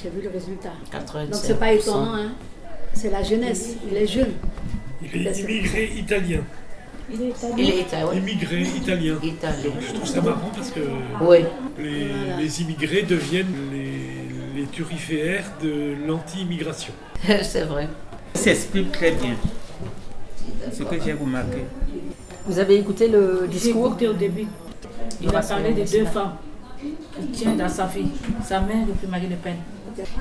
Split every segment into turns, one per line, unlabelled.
j'ai vu le résultat.
87%.
Donc c'est pas étonnant, hein. c'est la jeunesse, il est jeune.
Il est immigré italien.
Il est italien.
Il est italien. oui.
Immigré italien.
Italien.
Donc je trouve ça marrant parce que
Oui.
les,
Voilà.
les immigrés deviennent les, les turiféaires de l'anti-immigration.
c'est vrai.
Il s'exprime très bien. Ce que j'ai remarqué.
Vous avez écouté le
J'ai
discours
écouté au début. Il a parlé des deux femmes. Il tient dans sa fille, sa mère et puis Marie Le Pen.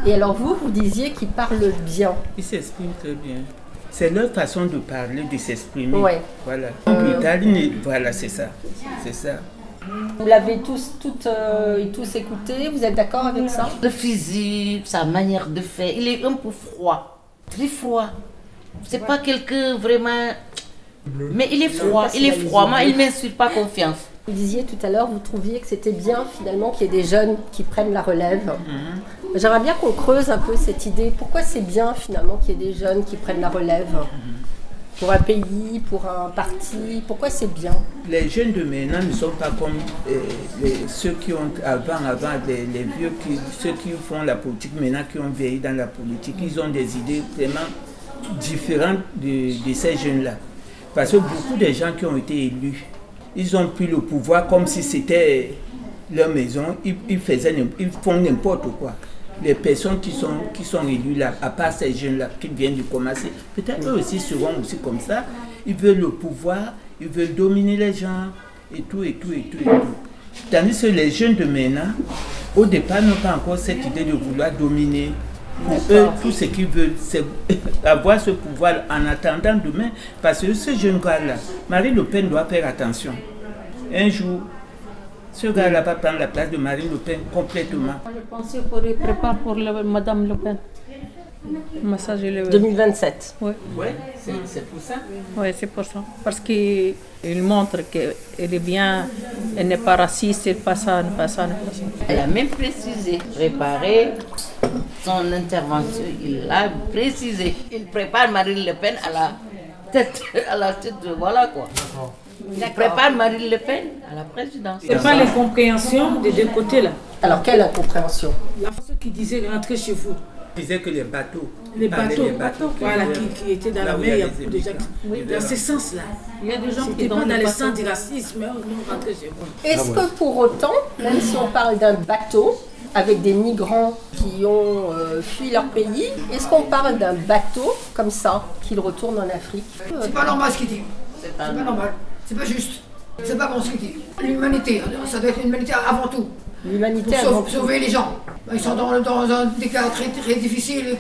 Et alors vous, vous disiez qu'il parle bien.
Il s'exprime très bien. C'est leur façon de parler, de s'exprimer.
Ouais.
Voilà. En Italie, voilà, c'est ça. C'est ça.
Vous l'avez tous, toutes, euh, et tous écouté, vous êtes d'accord avec ça
Le physique, sa manière de faire, il est un peu froid, très froid. C'est pas quelqu'un vraiment. Mais il est froid, il est froid. Moi, il m'insulte pas confiance.
Vous disiez tout à l'heure, vous trouviez que c'était bien finalement qu'il y ait des jeunes qui prennent la relève. J'aimerais bien qu'on creuse un peu cette idée. Pourquoi c'est bien finalement qu'il y ait des jeunes qui prennent la relève Pour un pays, pour un parti, pourquoi c'est bien
Les jeunes de maintenant ne sont pas comme euh, les- ceux qui ont avant, avant les, les vieux, qui, ceux qui font la politique maintenant, qui ont vieilli dans la politique. Ils ont des idées vraiment différentes de, de ces jeunes-là. Parce que beaucoup de gens qui ont été élus, ils ont pris le pouvoir comme si c'était leur maison. Ils, ils faisaient, n'im- ils font n'importe quoi. Les personnes qui sont, qui sont élues là, à part ces jeunes-là qui viennent de commencer, peut-être eux aussi seront aussi comme ça. Ils veulent le pouvoir, ils veulent dominer les gens, et tout, et tout, et tout, et tout. Tandis que les jeunes de maintenant, au départ, n'ont pas encore cette idée de vouloir dominer. Pour eux, tout ce qu'ils veulent, c'est avoir ce pouvoir en attendant demain. Parce que ce jeune gars-là, Marie Le Pen doit faire attention. Un jour, ce gars-là va prendre la place de Marine Le Pen complètement.
Je pensais qu'on les prépare pour le- Madame Le Pen. Mais ça, je
Euh,
le...
2027.
Ouais,
Oui, c'est pour ça.
ouais, c'est pour ça. Parce qu'il montre qu'elle est bien, elle n'est pas raciste, elle n'est pas ça, elle n'est pas ça, elle n'est pas ça.
Elle a même précisé, préparé son intervention, il l'a précisé. Il prépare Marine Le Pen à la tête, à la tête de voilà quoi. Il prépare Marine Le Pen à la présidence.
C'est pas les compréhensions des deux côtés là.
Alors quelle incompréhension
La façon qui disait rentrez chez vous.
Il disait que les bateaux.
Les
parlaient
bateaux,
des bateaux
voilà,
qui,
qui, qui étaient dans
là
la
où
mer, il y a
des
beaucoup de gens
immigrants.
qui- dans ce sens-là.
Il y a des gens qui
C'était pas
donnent
dans
le
le
bateau.
sens du racisme, hein, non, rentrez chez vous.
Est-ce que pour autant, même si on parle d'un bateau avec des migrants qui ont euh, fui leur pays, est-ce qu'on parle d'un bateau comme ça qu'il retourne en Afrique
C'est pas normal ce qu'il dit.
C'est
C'est
pas
pas normal. C'est pas juste. C'est pas bon ce qu'il dit. L'humanité, ça doit être l'humanité avant tout. Pour
L'humanité
sauve-
avant tout.
sauver les gens. Bah, Ils sont dans, dans un des cas très, très difficiles.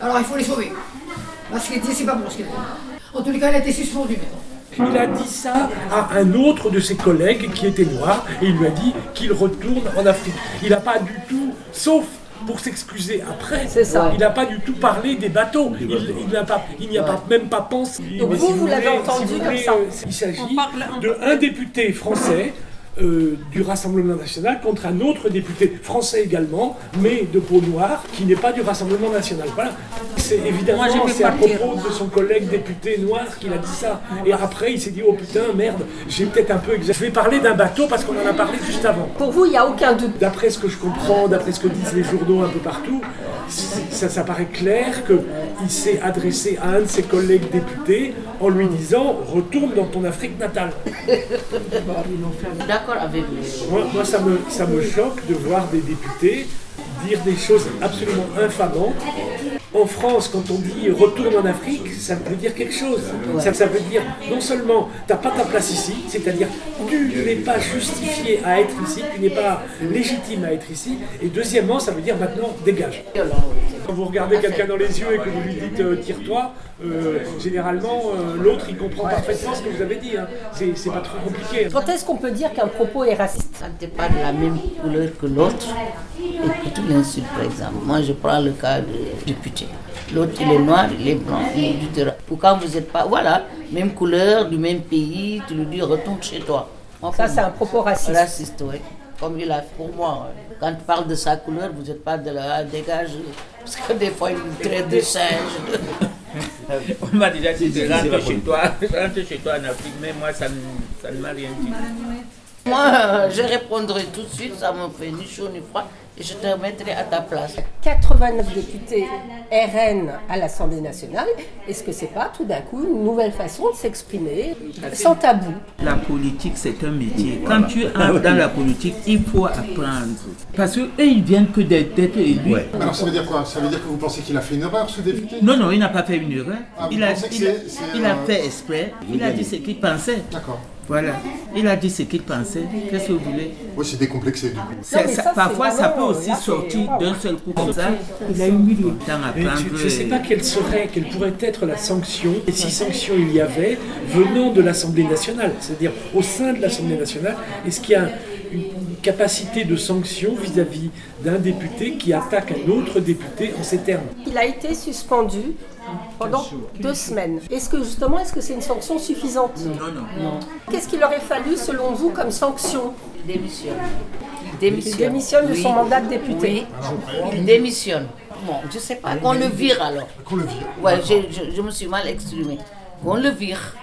Alors il faut les sauver. Parce qu'il dit, c'est pas bon ce qu'il dit. En tous les cas, il a été suspendu maintenant.
Il a dit ça à un autre de ses collègues qui était noir et il lui a dit qu'il retourne en Afrique. Il n'a pas du tout, sauf pour s'excuser après,
C'est ça.
il n'a pas du tout parlé des bateaux. Il il n'a pas- il n'y a, pas, même pas pensé.
Donc
Mais
vous,
si
vous l'avez
voulez-
entendu
si vous
comme
voulez,
ça.
euh, il s'agit de un député français. euh, du Rassemblement national contre un autre député français également, mais de peau noire, qui n'est pas du Rassemblement national. Voilà. C'est évidemment,
Moi, je vais
c'est à
partir.
propos de son collègue député noir qu'il a dit ça. Et après, il s'est dit, oh putain, merde, j'ai peut-être un peu exagéré. Je vais parler d'un bateau parce qu'on en a parlé juste avant.
Pour vous, il n'y a aucun doute.
D'après ce que je comprends, d'après ce que disent les journaux un peu partout, c- ça, ça paraît clair qu'il s'est adressé à un de ses collègues députés en lui disant Retourne dans ton Afrique natale.
Je suis d'accord avec lui.
Moi, moi, ça, me, ça me choque de voir des députés dire des choses absolument infamantes. En France, quand on dit retourne en Afrique, ça veut dire quelque chose. Ça, ça veut dire non seulement t'as pas ta place ici, c'est-à-dire tu n'es pas justifié à être ici, tu n'es pas légitime à être ici, et deuxièmement, ça veut dire maintenant dégage. Quand vous regardez quelqu'un dans les yeux et que vous lui dites euh, tire-toi, euh, généralement euh, l'autre il comprend parfaitement ce que vous avez dit. hein. C'est c'est pas trop compliqué. hein.
Quand est-ce qu'on peut dire qu'un propos est raciste
Quand tu pas de la même couleur que l'autre, et que tu l'insultes par exemple. Moi je prends le cas du député. L'autre il est noir, il est blanc, il est du terrain. Pourquoi vous n'êtes pas. Voilà, même couleur, du même pays, tu lui dis retourne chez toi.
Ça,
Enfin,
c'est un propos raciste.
Raciste, oui. Comme il a fait pour moi. ouais. Quand tu parles de sa couleur, vous n'êtes pas de la ah, dégage. Parce que des fois, il me traite de singe.
On m'a déjà dit de rentrer chez toi, rentre chez toi en Afrique, mais moi, ça, ne- ça ne m'a rien dit.
Moi, euh, je répondrai tout de suite, ça me fait ni chaud ni froid, et je te remettrai à ta place.
89 députés RN à l'Assemblée nationale, est-ce que c'est pas tout d'un coup une nouvelle façon de s'exprimer sans tabou
La politique, c'est un métier. Quand tu entres dans la politique, il faut apprendre. Parce qu'eux, ils viennent que d'être d'être élus.
Alors ça veut dire quoi Ça veut dire que vous pensez qu'il a fait une erreur, ce député
Non, non, il n'a pas fait une erreur.
Ah, vous
il, a,
pensez que
il, a-
c'est- c'est,
il a
euh,
fait exprès. Il a dit ce qu'il pensait.
D'accord.
Voilà. Il a dit ce qu'il pensait. Qu'est-ce que vous voulez
Oui, c'est décomplexé, du coup.
C'est-
mais
ça-
ça, c'est
Parfois, ça peut
vraiment-
aussi
là, c'est-
sortir
waouh.
d'un seul coup comme ça. Il a eu mille temps à
Mais
prendre.
tu- je ne sais pas quelle serait, quelle pourrait être la sanction, et si sanction il y avait, venant de l'Assemblée nationale, c'est-à-dire au sein de l'Assemblée nationale, est-ce qu'il y a une capacité de sanction vis-à-vis d'un député qui attaque un autre député en ces termes
Il a été suspendu pendant deux semaines. Est-ce que justement, est-ce que c'est une sanction suffisante
Non, non.
Qu'est-ce qu'il aurait fallu selon vous comme sanction
Il démissionne. Il
Il
démissionne.
démissionne de
Oui.
son mandat de député.
Oui, il démissionne. Bon, je sais pas, qu'on le vire alors.
Qu'on le vire.
Ouais, je, je- je me suis mal exprimée. Qu'on le vire.